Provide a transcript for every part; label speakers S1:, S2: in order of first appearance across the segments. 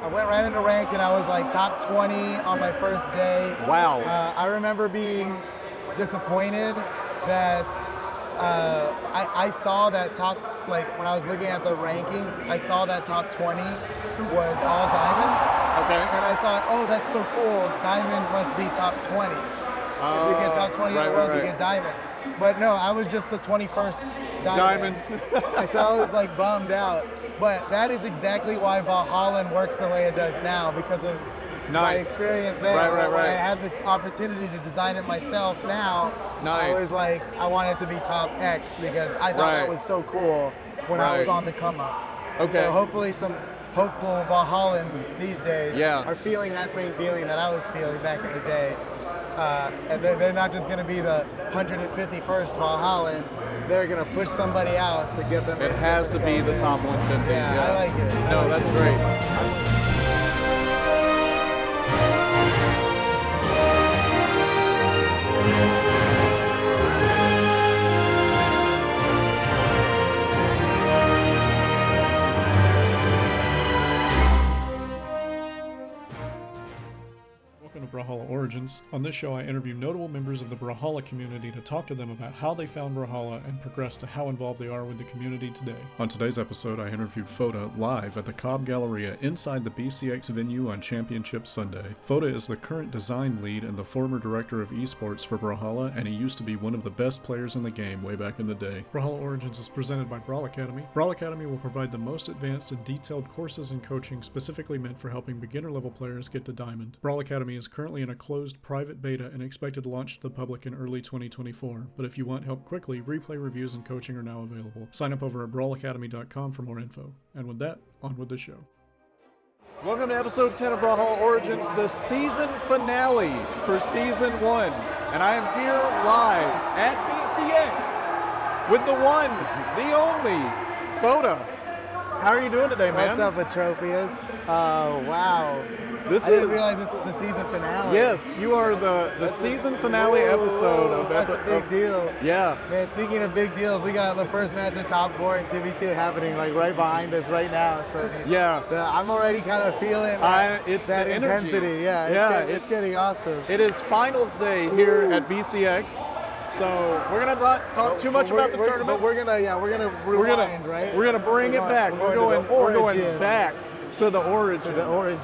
S1: I went right into rank and I was like top 20 on my first day.
S2: Wow.
S1: Uh, I remember being disappointed that uh, I, I saw that top, like when I was looking at the ranking, I saw that top 20 was all diamonds.
S2: Okay.
S1: And I thought, oh, that's so cool. Diamond must be top 20. if you get top 20
S2: Oh, right,
S1: in the world,
S2: right,
S1: you
S2: right.
S1: get diamond. But no, I was just the 21st diamond.
S2: Diamond.
S1: so I was like bummed out. But that is exactly why Valhalla works the way it does now because of my
S2: Nice.
S1: experience there.
S2: Right, right,
S1: When I
S2: right.
S1: had the opportunity to design it myself now, I
S2: Nice.
S1: was like, I want it to be top X because I thought that
S2: Right.
S1: was so cool when I was
S2: Right.
S1: on the come up.
S2: Okay.
S1: So hopefully some hopeful Valhallans these days
S2: Yeah.
S1: are feeling that same feeling that I was feeling back in the day. Uh, and they're, they're not just going to be the 151st Valhallan. They're going to push somebody out to give them.
S2: It has to be the top 150.
S1: Yeah, I like it. I
S2: No,
S1: like
S2: that's
S1: it.
S2: great.
S3: Welcome to Brawlhalla Origins. On this show, I interview notable members of the Brawlhalla community to talk to them about how they found Brawlhalla and progress to how involved they are with the community today. On today's episode, I interviewed Foda live at the Cobb Galleria inside the BCX venue on Championship Sunday. Foda is the current design lead and the former director of esports for Brawlhalla, and he used to be one of the best players in the game way back in the day. Brawlhalla Origins is presented by Brawl Academy. Brawl Academy will provide the most advanced and detailed courses and coaching specifically meant for helping beginner level players get to Diamond. Brawl Academy is currently in a closed private beta and expected to launch to the public in early 2024. But if you want help quickly, replay reviews and coaching are now available. Sign up over at brawlacademy.com for more info. And with that, on with the show.
S2: Welcome to episode 10 of Brawlhalla Origins, the season finale for season one. And I am here live at BCX with the one, the only, Foda. How are you doing today, man?
S1: What's up, Atropius? Oh, wow.
S2: This
S1: I didn't
S2: is-
S1: realize this was the season finale.
S2: Yes, you are the, the season finale
S1: Whoa,
S2: episode of
S1: That's
S2: epi-
S1: a big
S2: of-
S1: deal.
S2: Yeah,
S1: Man, speaking of big deals, we got the first match of top four and 2v2 happening like right behind us right now. So
S2: yeah.
S1: the- I'm already kind of feeling
S2: I-
S1: that,
S2: it's
S1: that
S2: the energy.
S1: intensity. Yeah, it's
S2: Yeah,
S1: getting- it's,
S2: it's-
S1: getting awesome.
S2: It is finals day here at BCX, so we're gonna not talk too much
S1: But we're-
S2: about the
S1: we're-
S2: tournament.
S1: But we're gonna, yeah, we're gonna rewind,
S2: We're gonna
S1: right?
S2: we're gonna bring it
S1: going-
S2: back. We're going
S1: to the
S2: we're going
S1: origins,
S2: back to the origin.
S1: to the origin.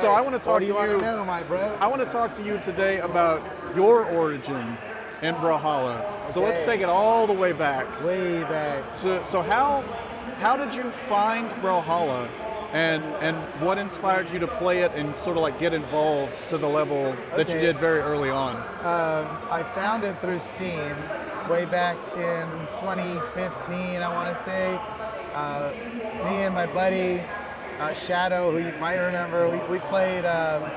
S2: So I wanna talk
S1: to
S2: to you-
S1: you know, my bro.
S2: I want to talk to you today about your origin in Brawlhalla. So let's
S1: Okay.
S2: take it all the way back.
S1: Way back.
S2: So, so how how did you find Brawlhalla, and and what inspired you to play it and sort of like get involved to the level that you
S1: Okay.
S2: did very early on?
S1: Um, I found it through Steam way back in 2015, I want to say. Uh, me and my buddy uh, Shadow, who you might remember, we, we played. Um,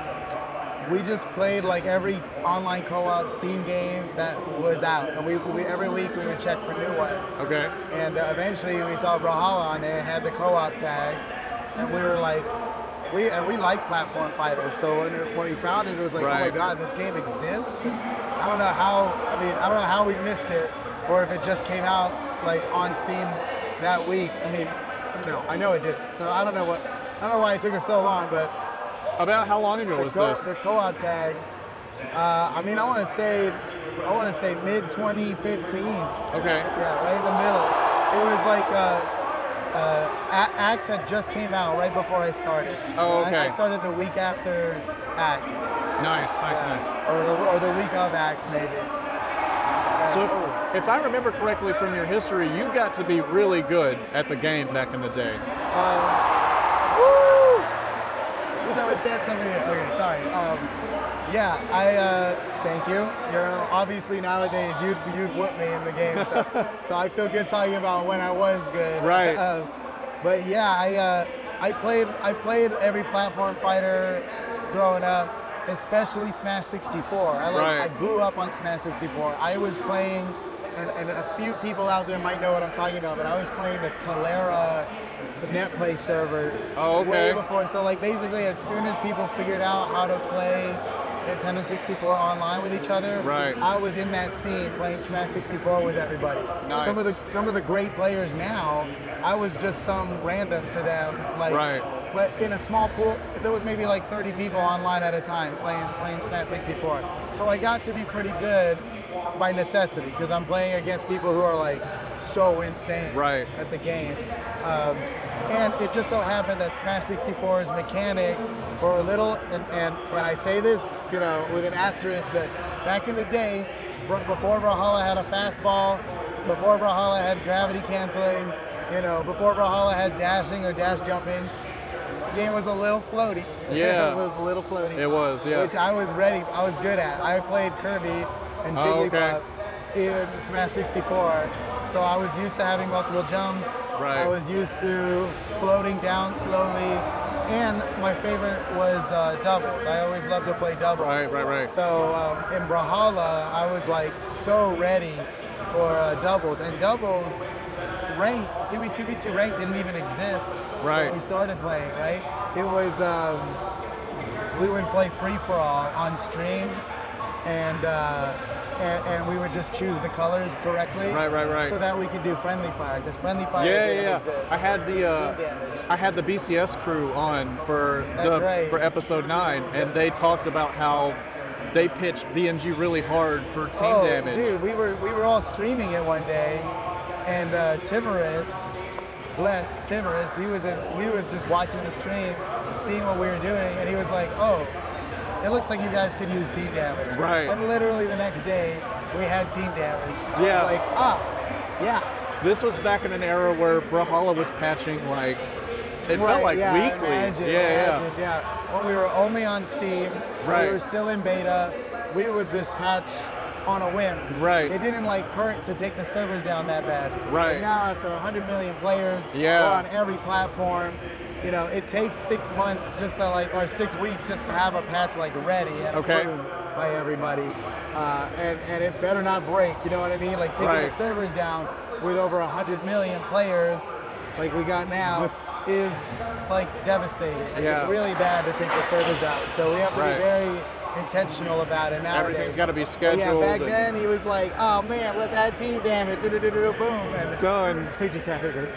S1: we just played like every online co-op Steam game that was out, and we, we every week we would check for new ones.
S2: Okay.
S1: And uh, eventually we saw Brawlhalla on there, it had the co-op tag, and we were like, we and we like platform fighters. So when, when we found it, it was like, oh my
S2: Right.
S1: god, this game exists. I don't know how. I mean, I don't know how we missed it, or if it just came out like on Steam that week. I mean, no, I know it did. So I don't know what. I don't know why it took us so long, but
S2: About how long ago was
S1: the, co-
S2: this?
S1: the co-op tag. Uh, I mean, I want to say, I want to say mid 2015.
S2: Okay.
S1: Yeah, right in the middle. It was like uh, uh, A- Axe had just came out right before I started.
S2: Oh,
S1: So I- I,
S2: okay.
S1: started the week after Axe, Uh,
S2: Nice, nice, nice.
S1: or the, or the week of Axe, maybe.
S2: So if, if I remember correctly from your history, you got to be really good at the game back in the day.
S1: Is that what that's over here? Okay, sorry. Um, yeah, I uh, thank you. You're obviously nowadays you'd you'd whoop me in the game, so, so I feel good talking about when I was good.
S2: Right.
S1: Uh, but yeah, I uh, I played I played every platform fighter growing up, especially Smash 64. I like
S2: Right.
S1: I grew up on Smash 64. I was playing. And, and a few people out there might know what I'm talking about, but I was playing the Calera NetPlay servers
S2: Oh,
S1: way
S2: okay.
S1: before. So like basically, as soon as people figured out how to play Nintendo 64 online with each other,
S2: Right.
S1: I was in that scene playing Smash 64 with everybody.
S2: Nice.
S1: Some of the some of the great players now, I was just some random to them, like
S2: Right.
S1: but in a small pool, there was maybe like 30 people online at a time playing playing Smash 64. So I got to be pretty good by necessity because I'm playing against people who are like so insane
S2: Right.
S1: at the game. Um, and it just so happened that Smash 64's mechanics were a little, and, and when I say this, you know, with an asterisk, that back in the day, br- before Brawlhalla had a fastball, before Brawlhalla had gravity canceling, you know, before Brawlhalla had dashing or dash jumping, the game was a little floaty.
S2: Yeah.
S1: it was a little floaty.
S2: It was, yeah.
S1: Which I was ready, I was good at. I played Kirby and
S2: Oh, okay.
S1: Jigglypuff in Smash 64. So I was used to having multiple jumps.
S2: Right.
S1: I was used to floating down slowly. And my favorite was uh, doubles. I always loved to play doubles.
S2: Right, right, right.
S1: So um, in Brawlhalla, I was like so ready for uh, doubles. And doubles ranked, 2v2v2 ranked didn't even exist
S2: Right.
S1: when we started playing, right? It was, um, we would play free for all on stream and, uh, and, and we would just choose the colors correctly.
S2: Right, right, right.
S1: So that we could do friendly fire, because friendly fire
S2: yeah,
S1: didn't
S2: yeah.
S1: exist.
S2: I had the
S1: Team
S2: uh,
S1: damage.
S2: I had the BCS crew on for
S1: That's
S2: the
S1: right.
S2: for episode nine, and they talked about how they pitched BMG really hard for team
S1: oh,
S2: damage.
S1: Dude, we were we were all streaming it one day, and uh, Timorous, bless Timorous, he was in, he was just watching the stream, seeing what we were doing, and he was like, "Oh, it looks like you guys could use team damage."
S2: Right.
S1: And literally the next day, we had team damage. I was
S2: Yeah.
S1: like ah, yeah.
S2: This was back in an era where Brawlhalla was patching like it felt
S1: Right,
S2: like
S1: yeah,
S2: weekly.
S1: imagine,
S2: yeah,
S1: imagine, yeah. When we were only on Steam,
S2: Right.
S1: we were still in beta, we would just patch on a whim.
S2: Right.
S1: It didn't like hurt to take the servers down that bad.
S2: Right.
S1: But now after 100 million players,
S2: Yeah.
S1: we're on every platform. You know, it takes six months just to like, or six weeks just to have a patch like ready and
S2: Okay.
S1: approved by everybody. Uh, and, and it better not break, you know what I mean? Like taking
S2: Right.
S1: the servers down with over 100 million players like we got now is like devastating. Like,
S2: Yeah.
S1: It's really bad to take the servers out. So we have to
S2: Right.
S1: be very intentional about it now.
S2: Everything's gotta be
S1: Yeah,
S2: scheduled
S1: back
S2: and-
S1: then he was like, oh man, let's add team damage. Do-do-do-do-do, boom. And
S2: Done.
S1: We just had it.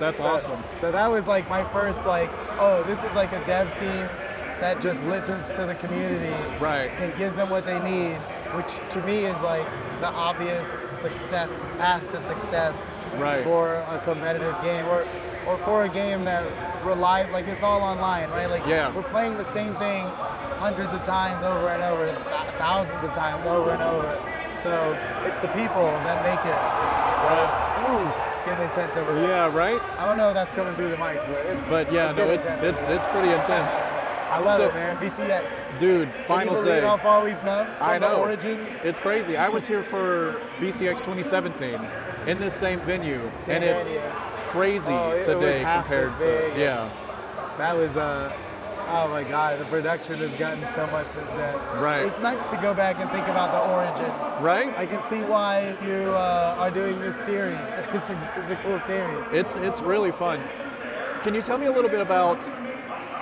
S2: That's
S1: So-
S2: awesome.
S1: So that was like my first like, oh, this is like a dev team that just listens to the community
S2: Right.
S1: and gives them what they need, which to me is like the obvious success path to success
S2: Right.
S1: for a competitive game or or for a game that relied like it's all online, right? Like
S2: Yeah.
S1: we're playing the same thing hundreds of times over and over, th- thousands of times over and over. So it's the people that make it. Ooh, it's getting intense over here.
S2: Yeah, right.
S1: I don't know if that's coming through the mics, but it's,
S2: But yeah,
S1: it's
S2: no,
S1: getting
S2: it's
S1: intense.
S2: it's it's pretty intense,
S1: I love
S2: so-
S1: it, man. BCX.
S2: dude.
S1: Can you
S2: Finals
S1: believe
S2: day.
S1: How far we've come? From
S2: I know.
S1: The origins.
S2: It's crazy. I was here for BCX 2017 in this same venue,
S1: Same
S2: and it's
S1: venue.
S2: crazy
S1: Oh, it- it
S2: today
S1: was half as
S2: compared to
S1: big.
S2: yeah,
S1: That was uh, oh my god, the production has gotten so much since then.
S2: Right.
S1: It's nice to go back and think about the origins.
S2: right?
S1: I can see why you uh, are doing this series. It's a, it's a cool series.
S2: It's it's really fun. Can you tell me a little bit about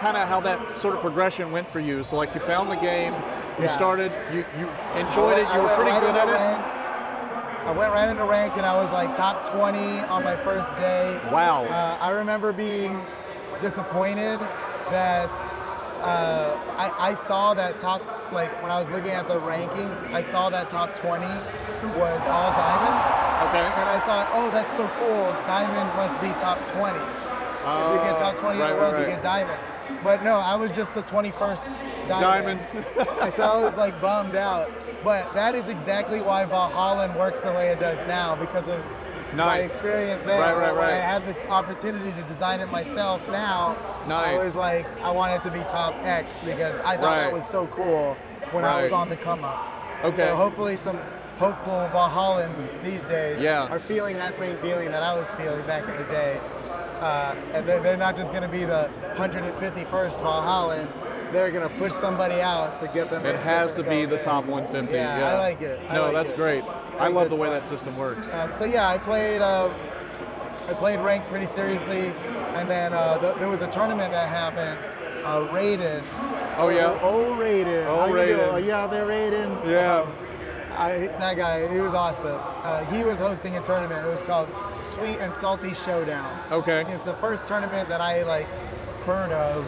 S2: kind of how that sort of progression went for you? So like you found the game, you
S1: Yeah.
S2: started, you you enjoyed it,
S1: I
S2: you were
S1: went
S2: pretty
S1: right
S2: good
S1: into
S2: at it.
S1: ranked. I went right into ranked and I was like top 20 on my first day.
S2: Wow.
S1: Uh, I remember being disappointed that uh, I, I saw that top, like when I was looking at the rankings, I saw that top 20 was all diamonds.
S2: Okay.
S1: And I thought, oh, that's so cool. Diamond must be top 20. if you get top 20
S2: right,
S1: in
S2: Oh, right,
S1: the world,
S2: right.
S1: you get diamond. But no, I was just the 21st diamond.
S2: Diamonds.
S1: so I was like bummed out. But that is exactly why Valhalla works the way it does now because of my
S2: Nice.
S1: experience there.
S2: Right, right,
S1: When I
S2: right.
S1: had the opportunity to design it myself now,
S2: Nice.
S1: I was like, I want it to be top X because I thought
S2: Right.
S1: that was so cool when I was
S2: Right.
S1: on the come up.
S2: Okay.
S1: So hopefully some hopeful Valhallans these days
S2: Yeah.
S1: are feeling that same feeling that I was feeling back in the day. Uh, and they're, they're not just going to be the 151st Valhallan. They're going to push somebody out to get them.
S2: It has to be the
S1: themselves
S2: top
S1: in.
S2: 150. Yeah,
S1: Yeah, I like it. I
S2: no,
S1: like
S2: that's
S1: it.
S2: great. I
S1: think
S2: love the
S1: that's
S2: way
S1: fun.
S2: that system works.
S1: Um, so yeah, I played. um I played ranked pretty seriously, and then uh, th- there was a tournament that happened. Uh, Raiden.
S2: Oh, yeah?
S1: Oh Raiden.
S2: Oh,
S1: How you
S2: Raiden.
S1: doing? Oh, yeah, they're Raiden.
S2: Yeah.
S1: I, that guy, he was awesome. Uh, he was hosting a tournament. It was called Sweet and Salty Showdown.
S2: Okay.
S1: It's the first tournament that I like heard of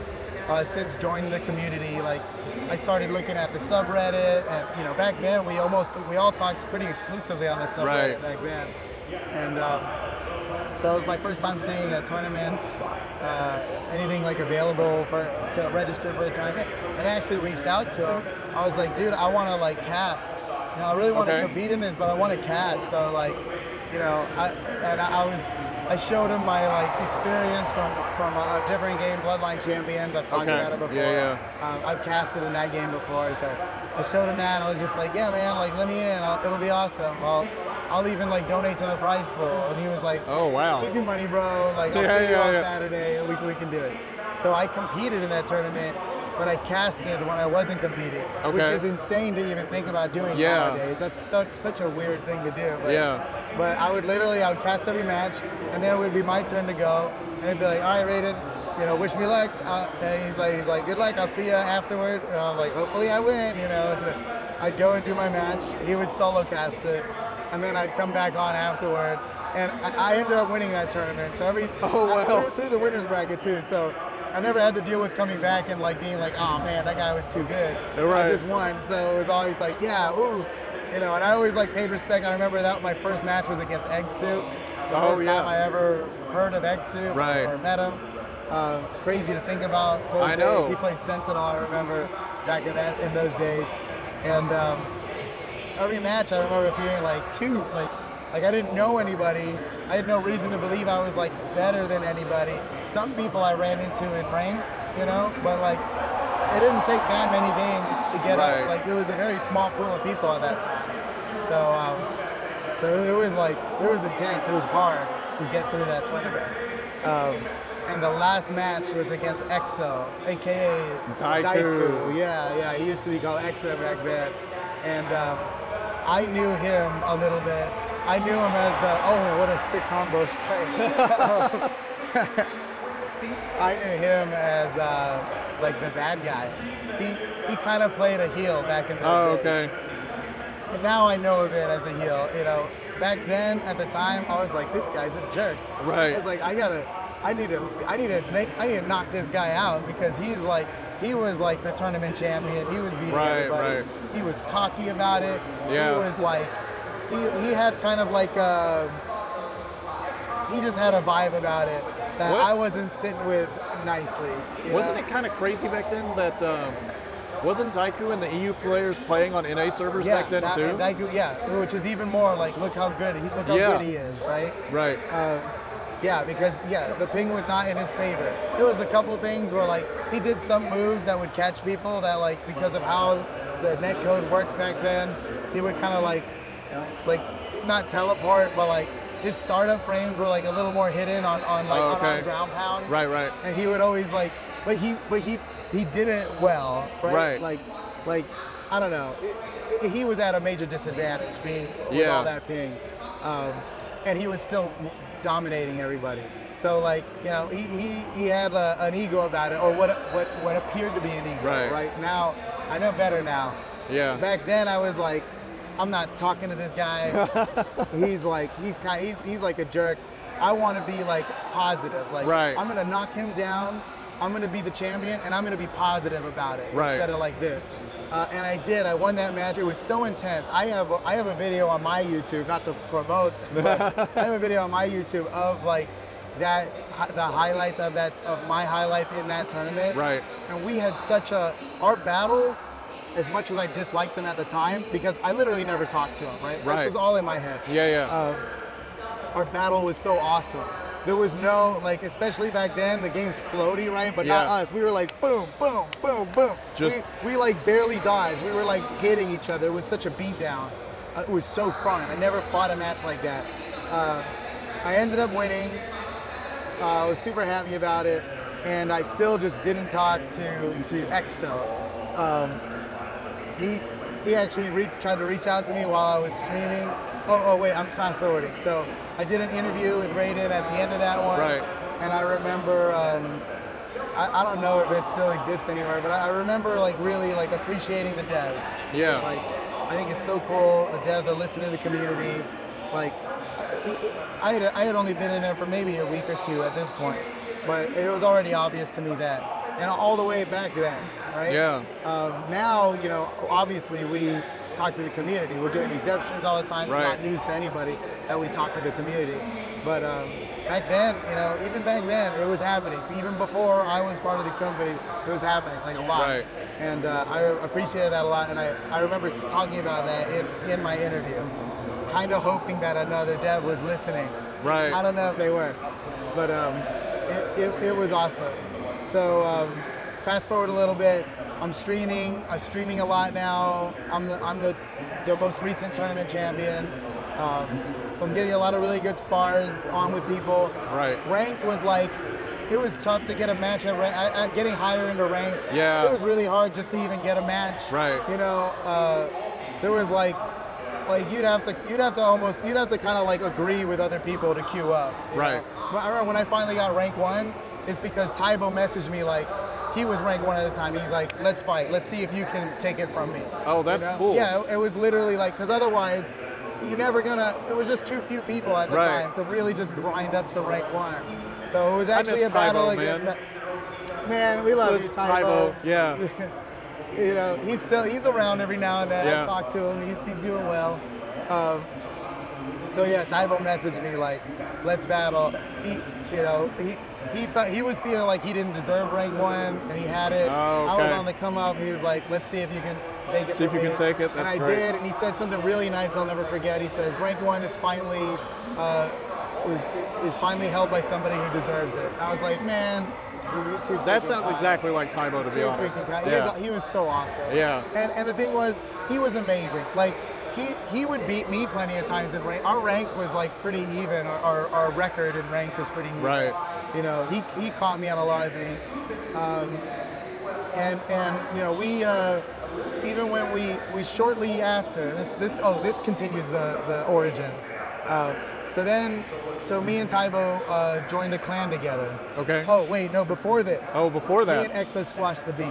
S1: uh, since joining the community. Like I started looking at the subreddit, and you know back then we almost we all talked pretty exclusively on the subreddit
S2: Right.
S1: back then, and. Uh, so it was my first time seeing a tournament, uh, anything like available for to register for a tournament. And I actually reached out to him. I was like, dude, I want to like cast. You know, I really want
S2: Okay.
S1: to compete in this, but I want to cast. So like, you know, I, and I I was, I showed him my like experience from from a different game, Bloodline Champions. I've talked
S2: Okay.
S1: about it before.
S2: Yeah,
S1: Um, I've casted in that game before, so I showed him that. And I was just like, yeah, man, like let me in. I'll, it'll be awesome. I'll, I'll even like donate to the prize pool. And he was like,
S2: Oh, wow.
S1: Keep your money, bro. Like, I'll
S2: Yeah,
S1: see you
S2: yeah,
S1: on
S2: yeah.
S1: Saturday and we, we can do it. So I competed in that tournament, but I casted when I wasn't competing,
S2: Okay.
S1: which is insane to even think about doing
S2: Yeah.
S1: nowadays. That's such such a weird thing to do. But,
S2: Yeah.
S1: But I would literally I would cast every match, and then it would be my turn to go, and it'd be like, all right, Raiden, you know, wish me luck. Uh, and he's like, he's like, good luck. I'll see you afterward. And I'm like, hopefully I win. You know, I'd go and do my match. He would solo cast it, and then I'd come back on afterward. And I I ended up winning that tournament. So every
S2: Oh,
S1: I-
S2: wow.
S1: through- through the winners bracket too. So I never had to deal with coming back and like being like, oh man, that guy was too good.
S2: Right.
S1: I just won, so it was always like, yeah, ooh, you know. And I always like paid respect. I remember that my first match was against Egg Soup. It's the
S2: Oh,
S1: first
S2: yeah.
S1: time I ever heard of Egg Soup
S2: Right.
S1: or met him. Uh, crazy to think about. those
S2: I
S1: days.
S2: know.
S1: He played Sentinel. I remember back in that in those days, and. Um, every match I remember feeling like cute, like like I didn't know anybody. I had no reason to believe I was like better than anybody. Some people I ran into in ranked, you know, but like it didn't take that many games to get
S2: Right.
S1: up. Like it was a very small pool of people at that time. So um, so it was like it was intense. It was hard to get through that tournament. Um, and the last match was against EXO, aka
S2: Daiku.
S1: yeah, yeah. He used to be called Exa back then. And um, I knew him a little bit. I knew him as the, oh, what a sick combo strike. I knew him as uh, like the bad guy. He, he kind of played a heel back in the
S2: Oh,
S1: day.
S2: okay.
S1: But now I know of it as a heel. You know, back then at the time, I was like, this guy's a jerk.
S2: Right.
S1: I was like, I gotta, I need to, I need to make, I need to knock this guy out because he's like, he was like the tournament champion. He was beating
S2: Right,
S1: everybody.
S2: right.
S1: He was cocky about it.
S2: Yeah.
S1: He was like, he, he had kind of like a, he just had a vibe about it that
S2: What-
S1: I wasn't sitting with nicely. you
S2: Wasn't
S1: know?
S2: it kind of crazy back then that um, wasn't Daiku and the EU players playing on NA servers back then
S1: that-
S2: too?
S1: that- yeah, which is even more like, look how good he, look how
S2: Yeah.
S1: good he is, right?
S2: right.
S1: Uh, yeah, because yeah, the ping was not in his favor. There was a couple things where like he did some moves that would catch people that like because of how the net code worked back then, he would kind of like like not teleport, but like his startup frames were like a little more hidden on on like
S2: Oh,
S1: on
S2: okay.
S1: our ground pound.
S2: Right, right.
S1: And he would always like, but he but he he did it well, right?
S2: Right.
S1: Like like I don't know. He- He was at a major disadvantage being with
S2: Yeah.
S1: all that ping, um, and he was still dominating everybody. So like you know he he, he had a, an ego about it or what what what appeared to be an ego.
S2: Right.
S1: Right now I know better now.
S2: Yeah.
S1: Back then I was like, I'm not talking to this guy. he's like he's kind he's, he's like a jerk i want to be like positive like
S2: Right.
S1: i'm gonna knock him down i'm gonna be the champion and i'm gonna be positive about it
S2: Right.
S1: instead of like this uh, and i did i won that match it was so intense i have a, i have a video on my youtube not to promote but i have a video on my youtube of like that the highlights of that of my highlights in that tournament
S2: Right.
S1: and we had such a our battle as much as i disliked him at the time because i literally never talked to him right
S2: Right.
S1: this was all in my head
S2: yeah, yeah.
S1: uh, our battle was so awesome. There was no like, especially back then, the game's floaty, right? But not
S2: Yeah.
S1: us. We were like boom, boom, boom, boom.
S2: Just-
S1: we, we like barely dodged. We were like hitting each other. It was such a beatdown. Uh, it was so fun. I never fought a match like that. Uh, I ended up winning. Uh, I was super happy about it, and I still just didn't talk to to EXO he he actually re- tried to reach out to me while I was streaming. Oh, oh wait, I'm fast forwarding. So I did an interview with Raiden at the end of that one,
S2: Right.
S1: and I remember. Um, I, I don't know if it still exists anywhere, but I, I remember like really like appreciating the devs.
S2: Yeah.
S1: Like I think it's so cool. The devs are listening to the community. Like I had I had only been in there for maybe a week or two at this point, but it was already obvious to me that, and all the way back then, right?
S2: Yeah.
S1: Um, now, you know, obviously we talk to the community. We're doing these dev streams all the time.
S2: Right.
S1: It's not news to anybody that we talk to the community. But um, back then, you know, even back then, it was happening. Even before I was part of the company, it was happening like a lot.
S2: Right.
S1: And uh, I appreciated that a lot. And I, I remember t- talking about that in, in my interview, kind of hoping that another dev was listening.
S2: Right.
S1: I don't know if they were, but um, it, it, it was awesome. So um, fast forward a little bit. I'm streaming. I'm streaming a lot now. I'm the, I'm the, the most recent tournament champion. Um, so I'm getting a lot of really good spars on with people.
S2: Right.
S1: Ranked was like, it was tough to get a match at, rank, at, at getting higher into ranked.
S2: Yeah.
S1: It was really hard just to even get a match.
S2: Right.
S1: You know, uh, there was like, like you'd have to, you'd have to almost, you'd have to kind of like agree with other people to queue up. you
S2: Right.
S1: know? But I remember when I finally got rank one, it's because Tybo messaged me like, he was rank one at the time. He's like, let's fight. Let's see if you can take it from me.
S2: Oh, that's cool.
S1: Yeah, it- it was literally like, because otherwise, you're never gonna. It was just too few people at the
S2: Right.
S1: time to really just grind up to rank one. So it was
S2: I
S1: actually
S2: miss
S1: a battle
S2: Tybo,
S1: against.
S2: man.
S1: Man, we love
S2: This
S1: you, Tybo.
S2: Tybo, yeah.
S1: You know, he's still he's around every now and then.
S2: Yeah.
S1: I talk to him. He's, he's doing well. Um, so yeah, Tybo messaged me like, "Let's battle." He, you know, he he felt, he was feeling like he didn't deserve rank one, and he had it.
S2: Oh,
S1: I was
S2: okay.
S1: on the come up. He was like, "Let's see if you can take it."
S2: See if
S1: from
S2: you can
S1: me."
S2: take it,
S1: and
S2: that's
S1: I
S2: great.
S1: did, and he said something really nice. I'll never forget. He says, "Rank one is finally." Uh, is, is finally held by somebody who deserves it. I was like, man, too
S2: That
S1: freaking
S2: sounds
S1: hot."
S2: exactly like Tybo, to be
S1: Super
S2: honest.
S1: freaking guy. He,
S2: Yeah.
S1: is- he was so awesome.
S2: Yeah.
S1: And and the thing was, he was amazing. Like he he would beat me plenty of times in rank. Our rank was like pretty even. Our our, our record in rank was pretty even.
S2: Right.
S1: You know, he he caught me on a lot of things. Um, and and you know we. Uh, even when we, we shortly after this this oh this continues the the origins, uh, so then so me and Tybo uh, joined a clan together.
S2: Okay.
S1: Oh wait no before this.
S2: Oh, before
S1: Me and
S2: that.
S1: Exo squashed the beef.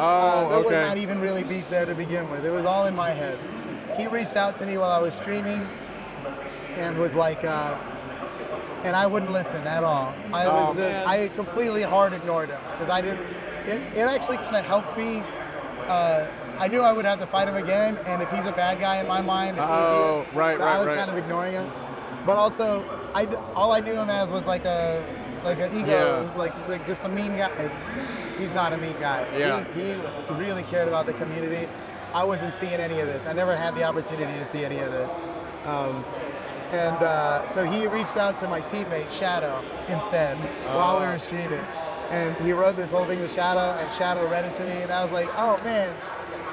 S2: Oh,
S1: There was not
S2: okay.
S1: even really beef there to begin with. It was all in my head. He reached out to me while I was streaming and was like, uh, and I wouldn't listen at all. I
S2: Oh,
S1: was,
S2: man.
S1: just, I completely hard ignored him because I didn't. It, it actually kind of helped me. Uh, I knew I would have to fight him again, and if he's a bad guy in my mind, it's
S2: Oh,
S1: easier.
S2: right,
S1: So
S2: right,
S1: I was
S2: right.
S1: kind of ignoring him, but also, I d- all I knew him as was like a like an ego,
S2: Yeah.
S1: like like just a mean guy. He's not a mean guy.
S2: Yeah.
S1: He, he really cared about the community. I wasn't seeing any of this. I never had the opportunity to see any of this. Um, and uh, so he reached out to my teammate Shadow instead while we were streaming. And he wrote this whole thing to Shadow, and Shadow read it to me, and I was like, oh man,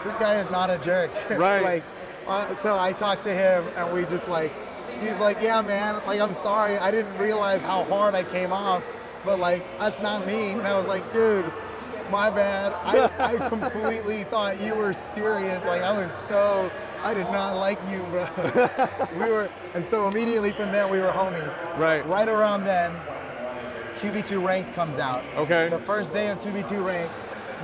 S1: this guy is not a jerk.
S2: Right.
S1: like, uh, so I talked to him, and we just like, he's like, yeah, man, like I'm sorry, I didn't realize how hard I came off, but like that's not me. And I was like, dude, my bad. I, I completely thought you were serious. Like I was so, I did not like you, bro. we were, and so immediately from then we were homies.
S2: Right.
S1: Right around then, 2v2 ranked comes out.
S2: Okay.
S1: The first day of 2v2 ranked,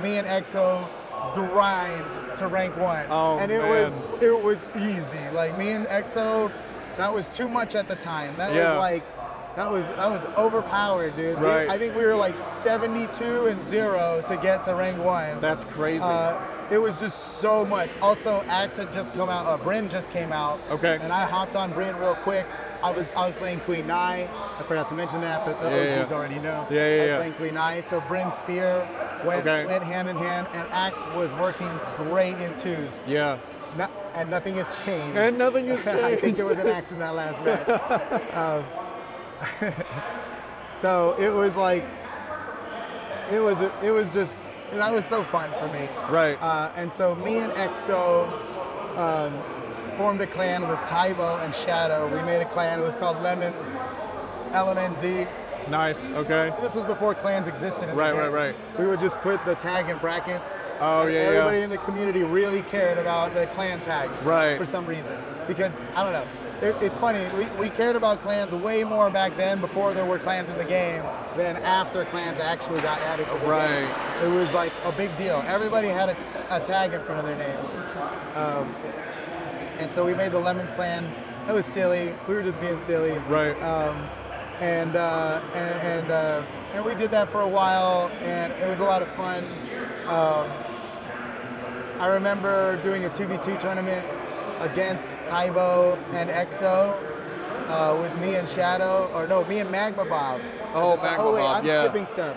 S1: me and EXO grind to rank one.
S2: Oh,
S1: and it
S2: man.
S1: was it was easy. Like me and EXO, that was too much at the time. That
S2: Yeah.
S1: was like that was that was overpowered, dude. We-
S2: Right.
S1: I think we were like 72 and 0 to get to rank 1.
S2: That's crazy.
S1: Uh, it was just so much. Also, Axe had just come out. Uh, Bryn just came out.
S2: Okay.
S1: And I hopped on Bryn real quick. I was I was playing Queen Nye. I forgot to mention that, but the
S2: Yeah, yeah,
S1: OGs
S2: yeah.
S1: already know.
S2: Yeah, yeah,
S1: I was
S2: yeah.
S1: playing Queen Nye. So Bryn Spear went,
S2: Okay.
S1: went hand in hand, and Axe was working great in twos.
S2: yeah.
S1: No, and nothing has changed.
S2: And nothing has
S1: I think
S2: changed.
S1: it was an axe in that last match. um, so it was like, it was it was just that was so fun for me.
S2: Right.
S1: Uh, and so me and EXO um, formed a clan with Tybo and Shadow. We made a clan. It was called Lemons, LMNZ.
S2: Nice. Okay.
S1: This was before clans existed. In the
S2: Right,
S1: game.
S2: right,
S1: We would just put the tag in brackets.
S2: Oh,
S1: And
S2: yeah, yeah.
S1: Everybody in the community really cared about the clan tags.
S2: Right.
S1: For some reason, because I don't know. It, it's funny. We, we cared about clans way more back then, before there were clans in the game, than after clans actually got added to the game.
S2: Right.
S1: It was like a big deal. Everybody had a, t- a tag in front of their name. Um, and so we made the Lemons clan. It was silly. We were just being silly
S2: Right.
S1: um, and uh, and and, uh, and we did that for a while, and it was a lot of fun. Um, I remember doing a 2v2 tournament against Tybo and EXO uh, with me and Shadow, or no, me and Magma Bob.
S2: Oh, Magma
S1: oh wait,
S2: Bob,
S1: I'm
S2: yeah.
S1: skipping stuff.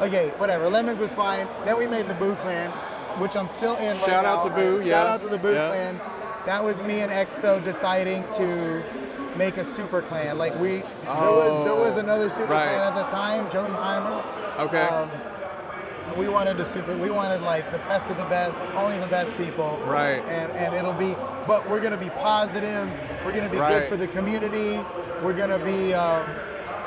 S1: Okay, whatever. Lemons was fine. Then we made the Boo Clan, which I'm still in. right
S2: Shout out
S1: now.
S2: to Boo,
S1: Shout
S2: yeah,
S1: out to the Boo
S2: yeah.
S1: Clan. That was me and EXO deciding to make a super clan. Like we, there was there was
S2: Oh,
S1: another super
S2: right.
S1: clan at the time, Jotunheimer.
S2: Okay.
S1: Um, we wanted a super. We wanted like the best of the best, only the best people.
S2: Right.
S1: And and it'll be, but we're gonna be positive. We're gonna be
S2: Right.
S1: good for the community. We're gonna be. Um,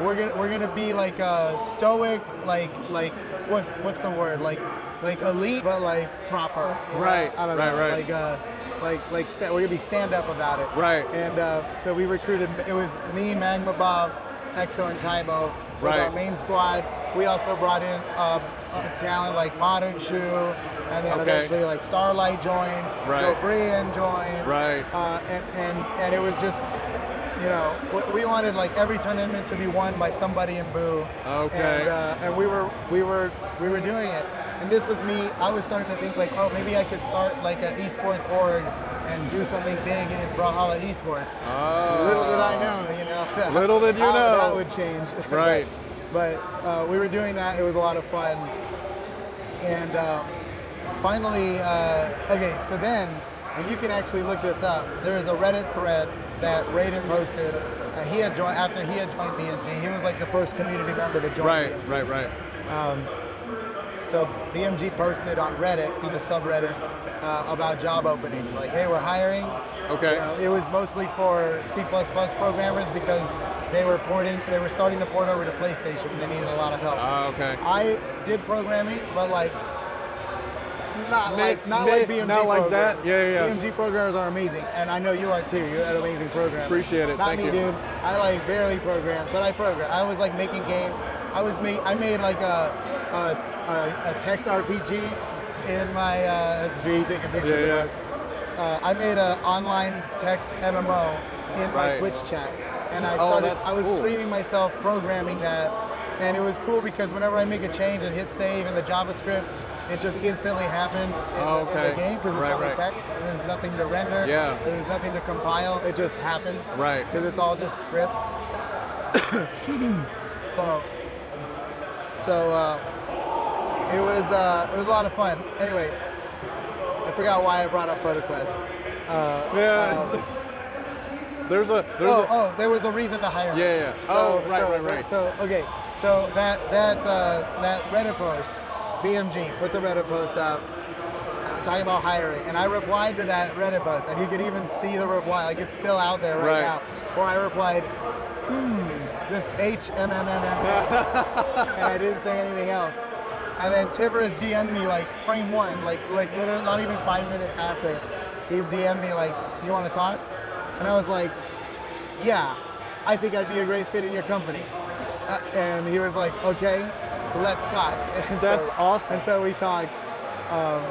S1: we're gonna we're gonna be like uh, stoic, like like what's what's the word like like elite, but like proper.
S2: Right,
S1: I don't
S2: right,
S1: know.
S2: right.
S1: Like uh, like like sta we're gonna be stand up about it.
S2: Right.
S1: And uh, so we recruited. It was me, Magma Bob, Exo, and Tybo. was
S2: Right.
S1: Our main squad. We also brought in uh, a talent like Modern Shoe, and then
S2: Okay.
S1: eventually like Starlight joined.
S2: Right.
S1: Joe Brian joined.
S2: Right.
S1: Uh, and, and and it was just. You know, we- we wanted like every tournament to be won by somebody in Boo.
S2: Okay.
S1: And, uh, and we were we were we were doing it. And this was me. I was starting to think like, oh, maybe I could start like an esports org and do something big in Brawlhalla esports.
S2: Oh.
S1: Little did I know, you know.
S2: Little did you
S1: how
S2: know.
S1: that would change.
S2: Right.
S1: but uh, we were doing that. It was a lot of fun. And um, finally, uh, okay, so then, and you can actually look this up. There is a Reddit thread that Raiden posted. And he had joined after he had joined BMG. He was like the first community member to join.
S2: Right,
S1: BMG.
S2: right, right.
S1: So BMG posted on Reddit, on the subreddit, uh, about job openings. Like, hey, we're hiring.
S2: Okay.
S1: You know, it was mostly for C++ programmers because they were porting, they were starting to port over to PlayStation. and They needed a lot of help.
S2: Ah, okay.
S1: I did programming, but like not
S2: Nick-
S1: like not
S2: Nick,
S1: like BMG.
S2: not like that?
S1: programmers.
S2: Yeah, yeah, yeah.
S1: BMG programmers are amazing, and I know you are too. You're an amazing programmer.
S2: Appreciate it.
S1: Not
S2: Thank
S1: me,
S2: you.
S1: dude. I like barely program, but I program. I was like making games. I was made. I made like a a, a, a text RPG in my. Uh, that's me taking pictures.
S2: Yeah, yeah.
S1: of us. Uh, I made an online text MMO in my
S2: Right.
S1: Twitch chat, and I
S2: Oh,
S1: started.
S2: that's
S1: I was
S2: cool.
S1: streaming myself programming that, and it was cool because whenever I make a change and hit save in the JavaScript, it just instantly happened in,
S2: Oh,
S1: the, in
S2: okay.
S1: the game because it's
S2: Right,
S1: only
S2: right.
S1: text. There's nothing to render.
S2: Yeah.
S1: There's nothing to compile. It just happens.
S2: Right.
S1: Because it's all just scripts. so, so uh, it was uh, it was a lot of fun. Anyway, I forgot why I brought up PhotoQuest. Uh,
S2: Yeah, it's, there's a there's
S1: oh,
S2: a
S1: oh, there was a reason to hire. me.
S2: Yeah, yeah. Um, Oh, right, right, right.
S1: So okay, so that that uh, that Reddit post, BMG put the Reddit post up talking about hiring, and I replied to that Reddit post, and you could even see the reply, like it's still out there right,
S2: Right.
S1: now. Where I replied, hmm, just H M M M M, and I didn't say anything else. And then Tivers DM'd me like frame one, like like literally not even five minutes after, he DM'd me like, you want to talk? And I was like, yeah, I think I'd be a great fit in your company. Uh, and he was like, okay, let's talk. And
S2: That's awesome.
S1: And so we talked. Um,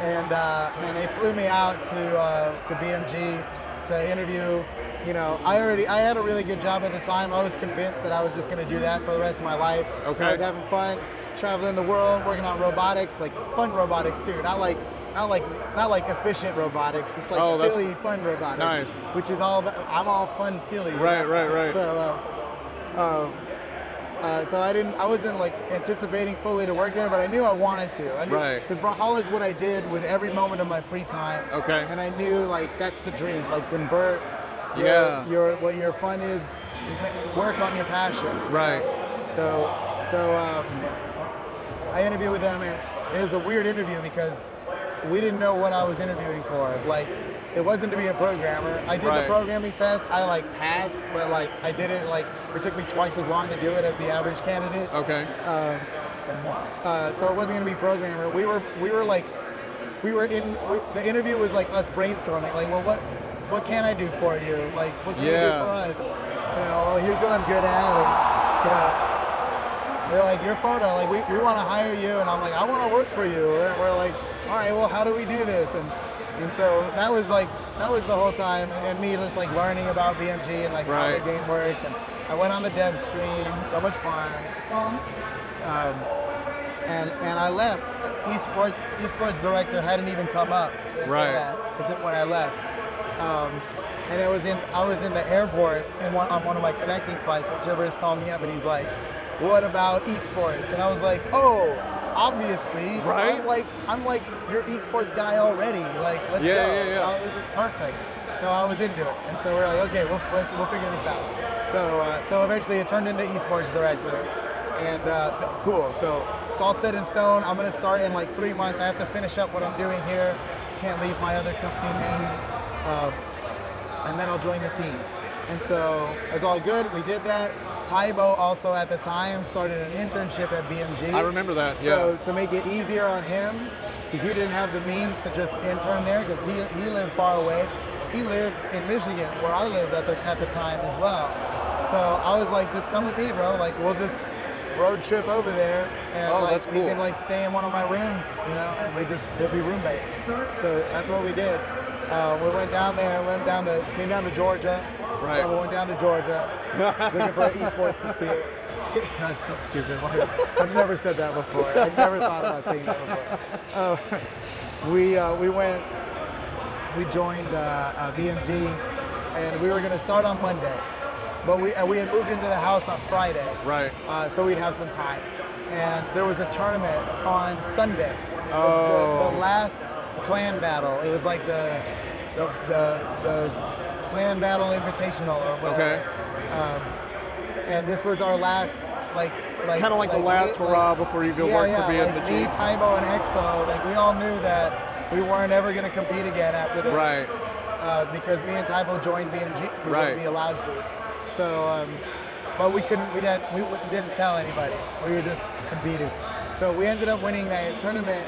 S1: and, uh, and they flew me out to, uh, to BMG to interview. You know, I already I had a really good job at the time. I was convinced that I was just going to do that for the rest of my life.
S2: Okay.
S1: I was having fun, traveling the world, working on robotics, like fun robotics too, not like not like not like efficient robotics. It's like
S2: Oh, that's-
S1: silly, fun robotics.
S2: Nice.
S1: Which is all about, I'm all fun, silly. you
S2: Right,
S1: know?
S2: right, right.
S1: So, uh, um, uh, so I didn't, I wasn't like anticipating fully to work there, but I knew I wanted to. I knew,
S2: Right.
S1: Because Brawlhalla is what I did with every moment of my free time.
S2: Okay.
S1: And I knew like that's the dream, like convert. your-
S2: Yeah.
S1: Your, what your fun is, work on your passion.
S2: right.
S1: So, so um, I interviewed with them, and it was a weird interview because we didn't know what I was interviewing for. Like, it wasn't to be a programmer. I did
S2: Right.
S1: the programming test. I like passed, but like I did it like it took me twice as long to do it as the average candidate.
S2: Okay.
S1: Um, uh, so it wasn't gonna be programmer. We were we were like we were in we, the interview was like us brainstorming like well what what can I do for you like what can
S2: Yeah.
S1: you do for us you know well, here's what I'm good at and you know they're like your photo like we, we want to hire you and I'm like I want to work for you and we're like all right well how do we do this and And so that was like that was the whole time, and me just like learning about BMG and like how
S2: Right.
S1: the game works. And I went on the dev stream, so much fun. Um, and and I left. Esports esports director hadn't even come up.
S2: Right.
S1: Because when I left, um, and it was in I was in the airport and one, on one of my connecting flights. and Tibbers called me up and he's like, "What about esports?" And I was like, "Oh, obviously,
S2: Right.
S1: I'm like I'm like your esports guy already. Like let's
S2: Yeah,
S1: go.
S2: yeah, yeah.
S1: Uh, this is perfect." So I was into it, and so we're like, "Okay, we'll let's, we'll figure this out." So uh, so eventually it turned into esports director, and uh, th- cool. So it's all set in stone. I'm gonna start in like three months. I have to finish up what I'm doing here. Can't leave my other company. Uh, and then I'll join the team. And so it was all good. We did that. Tybo also at the time started an internship at BMG.
S2: I remember that. Yeah.
S1: So to make it easier on him, because he didn't have the means to just intern there, because he, he lived far away. He lived in Michigan, where I lived at the, at the time as well. So I was like, just come with me, bro. Like we'll just road trip over there, and
S2: Oh,
S1: like
S2: that's
S1: you
S2: cool.
S1: can like stay in one of my rooms, you know, and we just we'll be roommates. So that's what we did. Uh, we went down there, went down to came down to Georgia.
S2: Right.
S1: Yeah, we went down to Georgia looking for esports to steal. That's so stupid. Why- I've never said that before. I've never thought about saying that before. Uh, we uh, we went. We joined uh, uh, BMG, and we were going to start on Monday, but we uh, we had moved into the house on Friday.
S2: Right.
S1: Uh, so we'd have some time, and there was a tournament on Sunday. The-
S2: Oh.
S1: The, the last clan battle. It was like the the the, the clan battle invitational or whatever
S2: Okay.
S1: and this was our last like like
S2: Kind of like the last
S1: we-
S2: hurrah before you go
S1: yeah,
S2: work
S1: yeah,
S2: for being
S1: like
S2: the
S1: me,
S2: chief.
S1: Tybo and Exo, like we all knew that we weren't ever going to compete again after this,
S2: Right.
S1: Uh, because me and Tybo joined BMG, we
S2: Right.
S1: wouldn't be allowed to. So, um, but we couldn't, we didn't, we w- didn't tell anybody. We were just competing. So we ended up winning that tournament.